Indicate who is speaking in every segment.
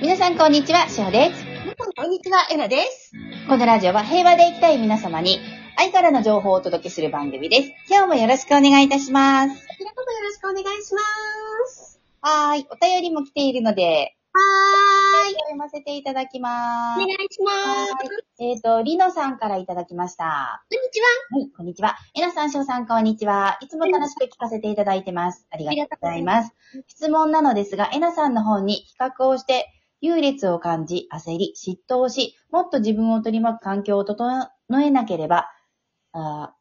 Speaker 1: 皆さんこんにちは、しほです。
Speaker 2: 皆さん、こんにちは、えなです。
Speaker 1: このラジオは平和で生きたい皆様に、愛からの情報をお届けする番組です。今日もよろしくお願いいたします。
Speaker 2: こちらこそよろしくお願いします。
Speaker 1: はーい、お便りも来ているので、
Speaker 2: はーい。
Speaker 1: 読ませていただきま
Speaker 2: お
Speaker 1: す
Speaker 2: 願い。します。こん
Speaker 1: えっ、と、りのさんからいただきました。
Speaker 2: にちは。
Speaker 1: はい、こんにちは。えなさん、しょうさん、こんにちは。いつも楽しく聞かせていただいてます。ありがとうございます。質問なのですが、えなさんの本に企画をして、優劣を感じ、焦り、嫉妬をし、もっと自分を取り巻く環境を整えなければ、あ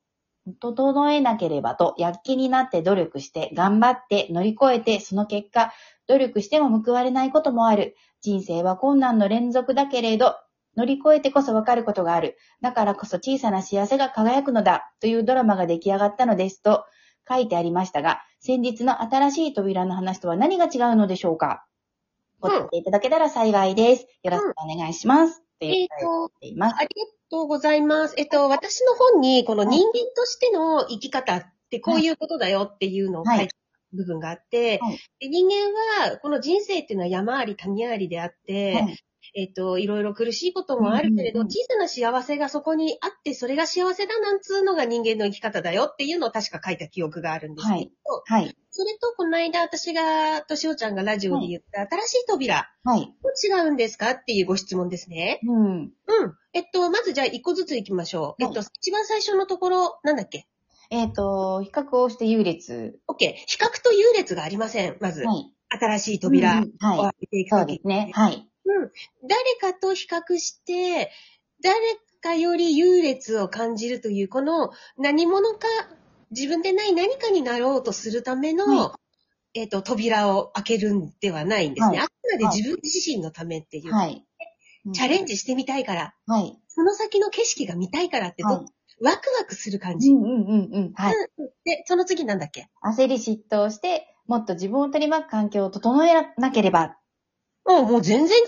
Speaker 1: ー整えなければと、躍起になって努力して、頑張って乗り越えて、その結果、努力しても報われないこともある。人生は困難の連続だけれど、乗り越えてこそわかることがある。だからこそ小さな幸せが輝くのだ。というドラマが出来上がったのですと書いてありましたが、先日の新しい扉の話とは何が違うのでしょうかご
Speaker 2: うん
Speaker 1: 答えいただけたら幸いです。よろしくお願いします。という
Speaker 2: えっ
Speaker 1: ことを
Speaker 2: と、
Speaker 1: 言っています。
Speaker 2: ありがとうございます。えっと、私の本に、この人間としての生き方ってこういうことだよっていうのを書いてある部分があって、
Speaker 1: はい
Speaker 2: で人間は、この人生っていうのは山あり谷ありであって、
Speaker 1: はい
Speaker 2: えっと、いろいろ苦しいこともあるけれど、
Speaker 1: うんうんうん
Speaker 2: 小さな幸せがそこにあって、それが幸せだなんつうのが人間の生き方だよっていうのを確か書いた記憶があるんですけど、
Speaker 1: はいはい。
Speaker 2: それとこの間私が、としおちゃんがラジオで言った、新しい扉、
Speaker 1: はい。
Speaker 2: どう違うんですかっていうご質問ですね。
Speaker 1: うん。
Speaker 2: うん。えっと、まずじゃあ一個ずつ行きましょう。
Speaker 1: はい
Speaker 2: えっと、一番最初のところ、なんだっけ
Speaker 1: えっ、と、比較をして優劣。
Speaker 2: ?OK。比較と優劣がありません。まず、
Speaker 1: はい。
Speaker 2: 新しい扉
Speaker 1: う
Speaker 2: を
Speaker 1: んうんは
Speaker 2: 開
Speaker 1: い。
Speaker 2: けていく
Speaker 1: そ
Speaker 2: と
Speaker 1: う
Speaker 2: き、
Speaker 1: ですね。はい。
Speaker 2: 誰かと比較して、誰かより優劣を感じるという、この何者か、自分でない何かになろうとするための、
Speaker 1: は
Speaker 2: えっ、と、扉を開けるんではないんですね。
Speaker 1: はい
Speaker 2: あくまで自分自身のためっていう、
Speaker 1: はい。
Speaker 2: チャレン
Speaker 1: ジ。
Speaker 2: ジしてみたいから、
Speaker 1: はい。
Speaker 2: その先の景色が見たいからって、
Speaker 1: は
Speaker 2: ワクワクする感
Speaker 1: い。
Speaker 2: じ。
Speaker 1: うんうんうんうん。はい。
Speaker 2: で、その次なんだっけ
Speaker 1: 焦り嫉妬をして、もっと自分を取り巻く環境を整えなければ。
Speaker 2: もう、もう全然違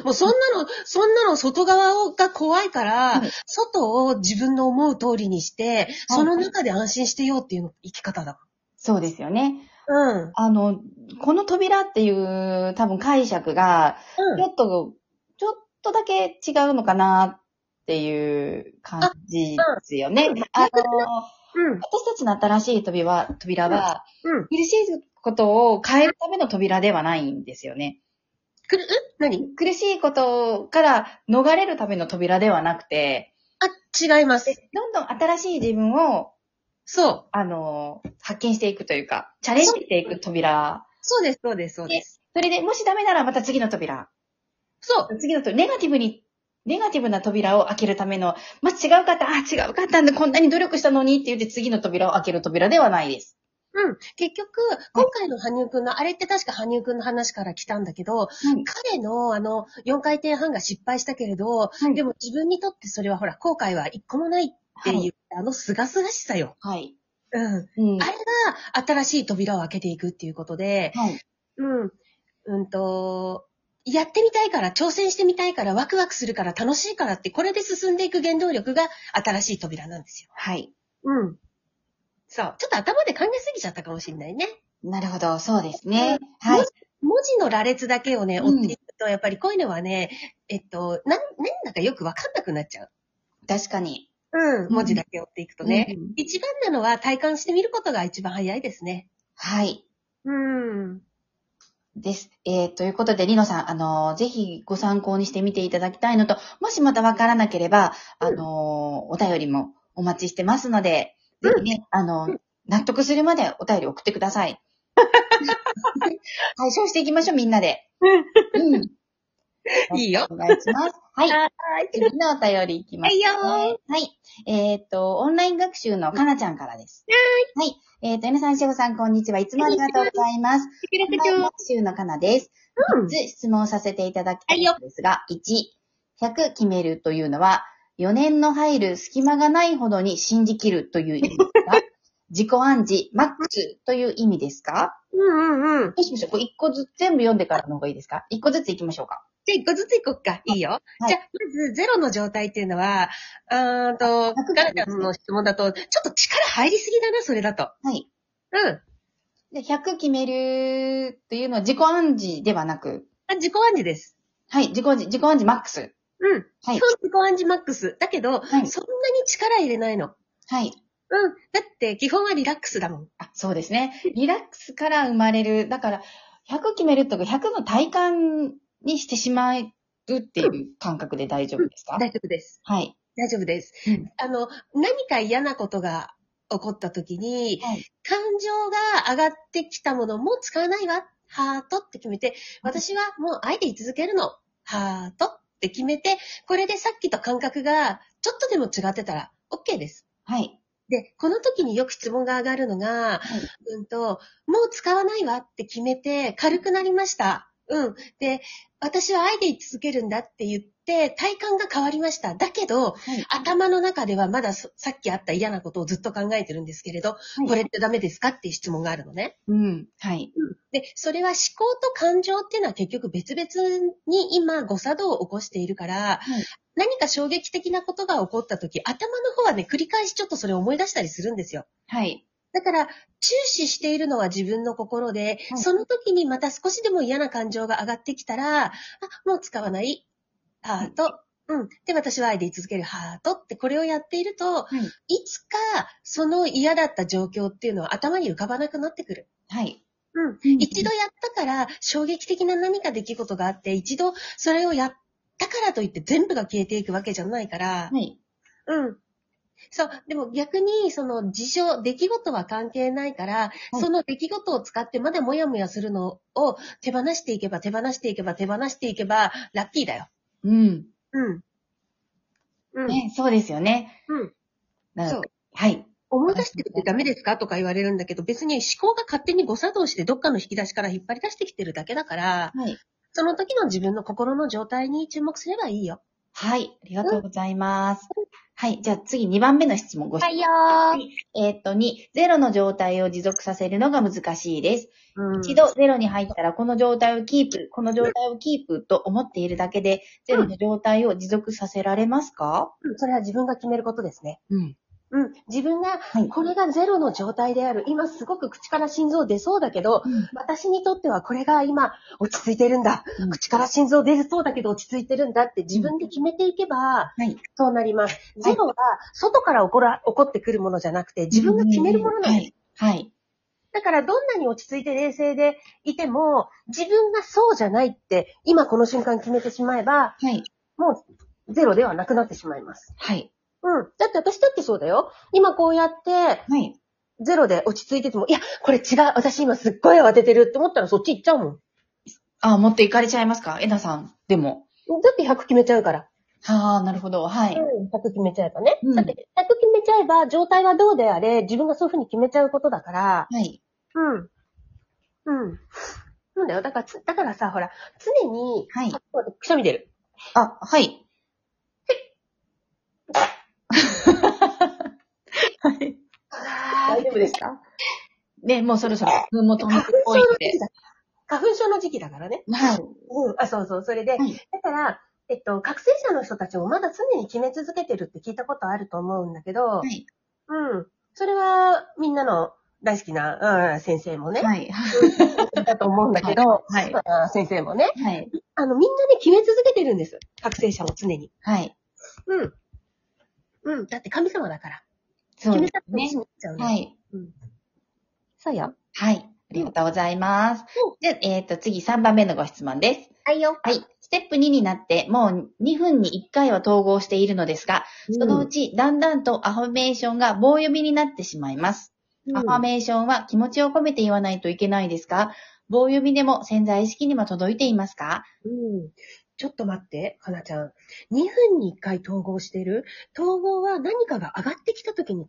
Speaker 2: う。もうそんなの、そんなの外側をが怖いから、
Speaker 1: はい
Speaker 2: 外を自分の思う通りにして、その中で安心してようっていうの生き方だ
Speaker 1: そうですよね。
Speaker 2: もん。うん。
Speaker 1: あの、この扉っていう多分解釈が、ち
Speaker 2: うん。
Speaker 1: ょっと、ちょっとだけ違うのかなっていう感じですよね
Speaker 2: うんうん。
Speaker 1: あの、
Speaker 2: うん。
Speaker 1: 私たちの新しい扉は、扉は、
Speaker 2: うん。
Speaker 1: 苦しいことを変えるための扉ではないんですよね。
Speaker 2: くる、ん何
Speaker 1: 苦しいことから逃れるための扉ではなくて、
Speaker 2: あ、違います。
Speaker 1: どんどん新しい自分を
Speaker 2: そう。
Speaker 1: あの、発見していくというか、チャレンジしていく扉。
Speaker 2: そうです、そうです、そうです。
Speaker 1: それで、もしダメならまた次の扉。
Speaker 2: そう。
Speaker 1: 次の扉、ネガティブに、ネガティブな扉を開けるための、まあ、違うかった、あ、違うかったんだ、こんなに努力したのにって言って次の扉を開ける扉ではないです。
Speaker 2: うん。結局、今回の羽生くんの、あれって確か羽生くんの話から来たんだけど、
Speaker 1: はい。
Speaker 2: 彼のあの、4回転半が失敗したけれど、
Speaker 1: はい
Speaker 2: でも自分にとってそれはほら、後悔は一個もないっていう、あの、すがすがしさよ。
Speaker 1: はい。
Speaker 2: うん。
Speaker 1: うん。
Speaker 2: あれが、新しい扉を開けていくっていうことで、
Speaker 1: はい。
Speaker 2: うん。うんと、やってみたいから、挑戦してみたいから、ワクワクするから、楽しいからって、これで進んでいく原動力が新しい扉なんですよ。
Speaker 1: はい。
Speaker 2: うん。そう。ちょっと頭で考えすぎちゃったかもしれないね。
Speaker 1: なるほど、そうですね。はい。
Speaker 2: 文字の羅列だけをね、
Speaker 1: うん
Speaker 2: 追っていくと、やっぱりこういうのはね、えっと、なん、なんだかよくわかんなくなっちゃう。
Speaker 1: 確かに。
Speaker 2: うん。文字だけ追っていくとね。
Speaker 1: うん
Speaker 2: 一番なのは体感してみることが一番早いですね。
Speaker 1: はい。
Speaker 2: うん。
Speaker 1: です。えー、ということで、リノさん、あのーぜひご参考にしてみていただきたいのと、もしまたわからなければ、
Speaker 2: うん
Speaker 1: あのーお便りもお待ちしてますので、
Speaker 2: う
Speaker 1: ぜ
Speaker 2: ん
Speaker 1: ひね、あのー納得するまでお便り送ってくださ い。解消していきましょう、みんなで。うん。
Speaker 2: いいよ
Speaker 1: お願いします。はい。
Speaker 2: は
Speaker 1: 次のお便りいきます、ね。
Speaker 2: はいよ
Speaker 1: はい。えーっと、オンライン学習のかなちゃんからです。はい。はい。えーっと、皆さん、しほさん、こんにちは。いつもありがとうございます。オンライン学習のかなです。
Speaker 2: うん。
Speaker 1: 3つ質問させていただきたいんですが、1、100決めるというのは、4年の入る隙間がないほどに信じ切るという意味です か自己暗示、マックスという意味ですか
Speaker 2: うんうんう
Speaker 1: ど
Speaker 2: ん。
Speaker 1: うしましょうこれ1個ずつ全部読んでからの方がいいですか ?1 個ずつ行きましょうか。
Speaker 2: じゃあ一個ずついこっか。いいよ。
Speaker 1: はい
Speaker 2: じゃあ、まずゼロの状態っていうのは、うーんと、
Speaker 1: 100
Speaker 2: ガラちゃんの質問だと、ちょっと力入りすぎだな、それだと。
Speaker 1: はい。
Speaker 2: うん。
Speaker 1: で100決めるというのは自己暗示ではなく、
Speaker 2: あ自己暗示です。
Speaker 1: はい、自己暗示、自己暗示マックス。
Speaker 2: うん。
Speaker 1: は
Speaker 2: 基
Speaker 1: い
Speaker 2: 本。自己暗示マックス。だけど、
Speaker 1: はい
Speaker 2: そんなに力入れないの。
Speaker 1: はい。
Speaker 2: うん。だって、基本はリラックスだもん。
Speaker 1: あ、そうですね。リラックスから生まれる。だから、100決めるとか、100の体感にしてしまうっていう感覚で大丈夫ですか、
Speaker 2: 大丈夫です。
Speaker 1: はい。
Speaker 2: 大丈夫です。
Speaker 1: うん
Speaker 2: あの、何か嫌なことが起こった時に、
Speaker 1: はい。
Speaker 2: 感情が上がってきたものもう使わないわ。ハートって決めて、私はもうあえて居続けるの。ハートって決めて、これでさっきと感覚がちょっとでも違ってたら OK です。
Speaker 1: はい。
Speaker 2: で、この時によく質問が上がるの
Speaker 1: は
Speaker 2: が、
Speaker 1: い
Speaker 2: うんと、もう使わないわって決めて軽くなりました。うん。で、私は愛で居続けるんだって言って、体感が変わりました。だけど、
Speaker 1: はい。
Speaker 2: 頭の中ではまだそさっきあった嫌なことをずっと考えてるんですけれど、
Speaker 1: い
Speaker 2: これってダメですかっていう質問があるのね。
Speaker 1: うん。はい。
Speaker 2: で、それは思考と感情っていうのは結局別々に今誤作動を起こしているから、
Speaker 1: はい
Speaker 2: 何か衝撃的なことが起こった時、頭の方はね、繰り返しちょっとそれを思い出したりするんですよ。
Speaker 1: はい。
Speaker 2: だから、注視しているのは自分の心で、
Speaker 1: はい
Speaker 2: その時にまた少しでも嫌な感情が上がってきたら、あ、もう使わない。ハート。うん。で、私は愛で居続けるハートって、これをやっていると、
Speaker 1: はい。
Speaker 2: いつか、その嫌だった状況っていうのは頭に浮かばなくなってくる。
Speaker 1: はい。
Speaker 2: うん。一度やったから、衝撃的な何か出来事があって、一度それをやったからといって全部が消えていくわけじゃないから、
Speaker 1: はい。
Speaker 2: うん。そう。でも逆に、その事象、出来事は関係ないから、
Speaker 1: はい
Speaker 2: その出来事を使ってまだもやもやするのを手放していけば、手放していけば、手放していけば、ラッキーだよ。
Speaker 1: うん。
Speaker 2: うん。うん。
Speaker 1: ね、そうですよね。
Speaker 2: うん。
Speaker 1: なる
Speaker 2: そ
Speaker 1: ほ
Speaker 2: う
Speaker 1: ど。はい。
Speaker 2: 思い出してくってダメですかとか言われるんだけど、別に思考が勝手に誤作動してどっかの引き出しから引っ張り出してきてるだけだから、
Speaker 1: はい。
Speaker 2: その時の自分の心の状態に注目すればいいよ。
Speaker 1: はい。ありがとうございます。はい。じゃあ次、2番目の質問ご質問。
Speaker 2: いよ
Speaker 1: えーっと、2、ゼロの状態を持続させるのが難しいです。
Speaker 2: ー
Speaker 1: 一度ゼロに入ったら、この状態をキープ、この状態をキープと思っているだけで、ゼロの状態を持続させられますか
Speaker 2: それは自分が決めることですね。
Speaker 1: うん。
Speaker 2: うん。自分が、
Speaker 1: はい。
Speaker 2: これがゼロの状態である。今すごく口から心臓出そうだけど、私にとってはこれが今落ち着いてるんだ。
Speaker 1: うん
Speaker 2: 口から心臓出そうだけど落ち着いてるんだって自分で決めていけば、
Speaker 1: はい。
Speaker 2: そうなります。ゼロは外から起こら、起こってくるものじゃなくて自分が決めるものなんです。
Speaker 1: はい。はい。
Speaker 2: だからどんなに落ち着いて冷静でいても、自分がそうじゃないって、今この瞬間決めてしまえば、
Speaker 1: はい。
Speaker 2: もうゼロではなくなってしまいます。
Speaker 1: はい。
Speaker 2: うん。だって私だってそうだよ。今こうやって、
Speaker 1: はい。
Speaker 2: ゼロで落ち着いてても、いや、これ違う。私今すっごい慌ててるって思ったらそっち行っちゃうもん。
Speaker 1: あ、持っていかれちゃいますかえなさん。でも。
Speaker 2: だって100決めちゃうから。
Speaker 1: はあ、なるほど。は
Speaker 2: う
Speaker 1: い。
Speaker 2: ん。100決めちゃえばね。
Speaker 1: うん
Speaker 2: だって100決めちゃえば、状態はどうであれ、自分がそういうふうに決めちゃうことだから、
Speaker 1: はい。
Speaker 2: うん。うん。なんだよ。だからつ、だからさ、ほら、常に、
Speaker 1: はい
Speaker 2: あ待ってくしゃみ出る。
Speaker 1: あ、 はい。はい。大丈夫ですかね、もうそろそろ、もうもう飛んで
Speaker 2: 花粉
Speaker 1: こい
Speaker 2: 症の
Speaker 1: っ
Speaker 2: 時期
Speaker 1: て。
Speaker 2: だ。花粉症の時期だからね。
Speaker 1: はい。
Speaker 2: うん。あ、そうそう。それで、
Speaker 1: はい
Speaker 2: だから、えっと、覚醒者の人たちもまだ常に決め続けてるって聞いたことあると思うんだけど、
Speaker 1: はい。
Speaker 2: うん。それは、みんなの大好きな、うん、先生もね、
Speaker 1: はい。
Speaker 2: だと思うんだけど、
Speaker 1: はい
Speaker 2: うん先生もね、
Speaker 1: はい。
Speaker 2: あの、みんなね、決め続けてるんです。覚醒者も常に。
Speaker 1: はい。
Speaker 2: うん。うん。だって神様だから。
Speaker 1: そ
Speaker 2: 決
Speaker 1: う
Speaker 2: め
Speaker 1: で
Speaker 2: たら
Speaker 1: すね
Speaker 2: 決。めちゃうね。
Speaker 1: はい。
Speaker 2: そうよ。
Speaker 1: はい。ありがとうございます。
Speaker 2: うん
Speaker 1: じゃあ、えっ、と、次3番目のご質問です。
Speaker 2: はいよ。
Speaker 1: はい。ステップ2になって、もう2分に1回は統合しているのですが、そのうちだんだんとアファメーションが棒読みになってしまいます。
Speaker 2: うん、
Speaker 1: アファメーションは気持ちを込めて言わないといけないですか棒読みでも潜在意識にも届いていますか
Speaker 2: うん。ちょっと待って、かなちゃん。2分に1回統合してる統合は何かが上がってきた時に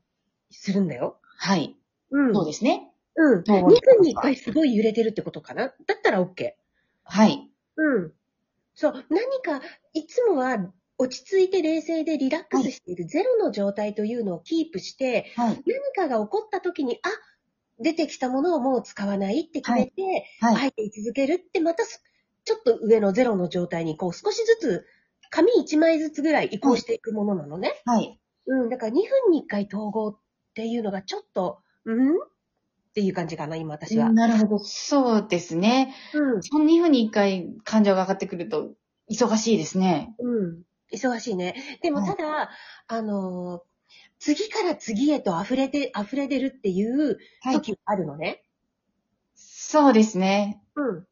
Speaker 2: するんだよ。
Speaker 1: はい。
Speaker 2: うん
Speaker 1: そうですね。
Speaker 2: うん。2
Speaker 1: 統合
Speaker 2: 分
Speaker 1: してます
Speaker 2: に1回すごい揺れてるってことかなだったら OK。
Speaker 1: はい。
Speaker 2: うん。そう。何か、いつもは落ち着いて冷静でリラックスしているゼロの状態というのをキープして、
Speaker 1: はい。
Speaker 2: 何かが起こった時に、あ、出てきたものをもう使わないって決めて、
Speaker 1: はい。
Speaker 2: 入ってい続けるって、またすちょっと上のゼロの状態に、こう少しずつ、紙1枚ずつぐらい移行していくものなのね。
Speaker 1: はい。
Speaker 2: うん、だから2分に1回統合っていうのがちょっと、うんっていう感じかな、今私は。
Speaker 1: なるほど。そうですね。
Speaker 2: うん。
Speaker 1: その2分に1回感情が上がってくると、忙しいですね。
Speaker 2: うん。忙しいね。で
Speaker 1: う
Speaker 2: も
Speaker 1: ん
Speaker 2: ただ、あのー、次から次へと溢れて、溢れ出るっていう
Speaker 1: はい。
Speaker 2: 時があるのね。
Speaker 1: そうですね。
Speaker 2: うん。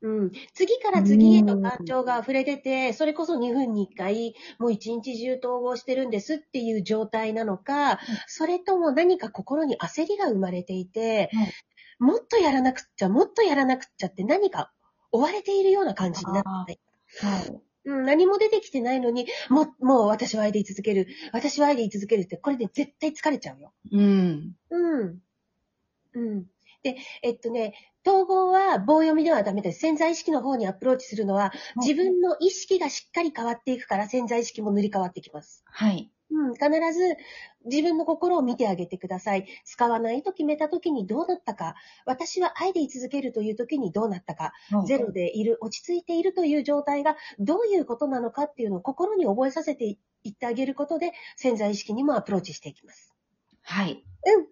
Speaker 2: うん。次から次へ
Speaker 1: う
Speaker 2: と
Speaker 1: ん
Speaker 2: 感情が溢れ出て、それこそ2分に1回、もう1日中統合してるんですっていう状態なのか、それとも何か心に焦りが生まれていて、
Speaker 1: はい
Speaker 2: もっとやらなくっちゃ、もっとやらなくっちゃって何か追われているような感じになってない。
Speaker 1: はい。
Speaker 2: うん、何も出てきてないのに、もう、もう私は愛で居続ける、私は愛で居続けるって、これで絶対疲れちゃうよ。
Speaker 1: うん。
Speaker 2: うん。うん。で、えっとね、統合は棒読みではダメです。潜在意識の方にアプローチするのは、自分の意識がしっかり変わっていくから潜在意識も塗り替わってきます。
Speaker 1: はい。
Speaker 2: うん、必ず自分の心を見てあげてください。使わないと決めた時にどうなったか、私は愛で居続けるという時にどうなったか、
Speaker 1: はい
Speaker 2: ゼロでいる、落ち着いているという状態がどういうことなのかっていうのを心に覚えさせていってあげることで潜在意識にもアプローチしていきます。
Speaker 1: はい。
Speaker 2: うん。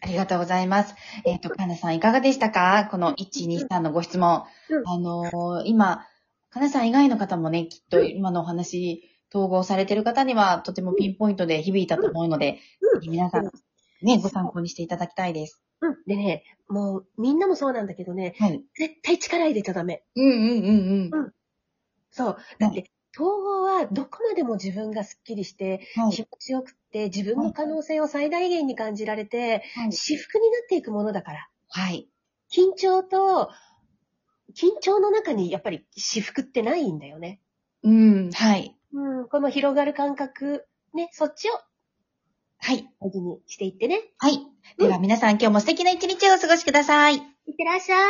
Speaker 1: ありがとうございます。えっ、と、かなさんいかがでしたかこの1、2、3のご質問。
Speaker 2: うん
Speaker 1: あのー今、かなさん以外の方もね、きっと今のお話、統合されてる方にはとてもピンポイントで響いたと思うので、
Speaker 2: うん。
Speaker 1: 皆さん、ね、ご参考にしていただきたいです。
Speaker 2: うん。でね、もうみんなもそうなんだけどね、
Speaker 1: はい。
Speaker 2: 絶対力入れちゃダメ。
Speaker 1: うんうんうんうん。
Speaker 2: そう。だって、統合はどこまでも自分がスッキリして、
Speaker 1: はい。
Speaker 2: 気持ちよくって、自分の可能性を最大限に感じられて、
Speaker 1: はい
Speaker 2: 私服になっていくものだから。
Speaker 1: はい。
Speaker 2: 緊張と、緊張の中にやっぱり私服ってないんだよね。
Speaker 1: うん、はい。
Speaker 2: うん、この広がる感覚、ね、そっちを
Speaker 1: はい。
Speaker 2: 大事にしていってね。
Speaker 1: はい。では皆さん今日も素敵な一日をお過ごしください。
Speaker 2: いってらっしゃい。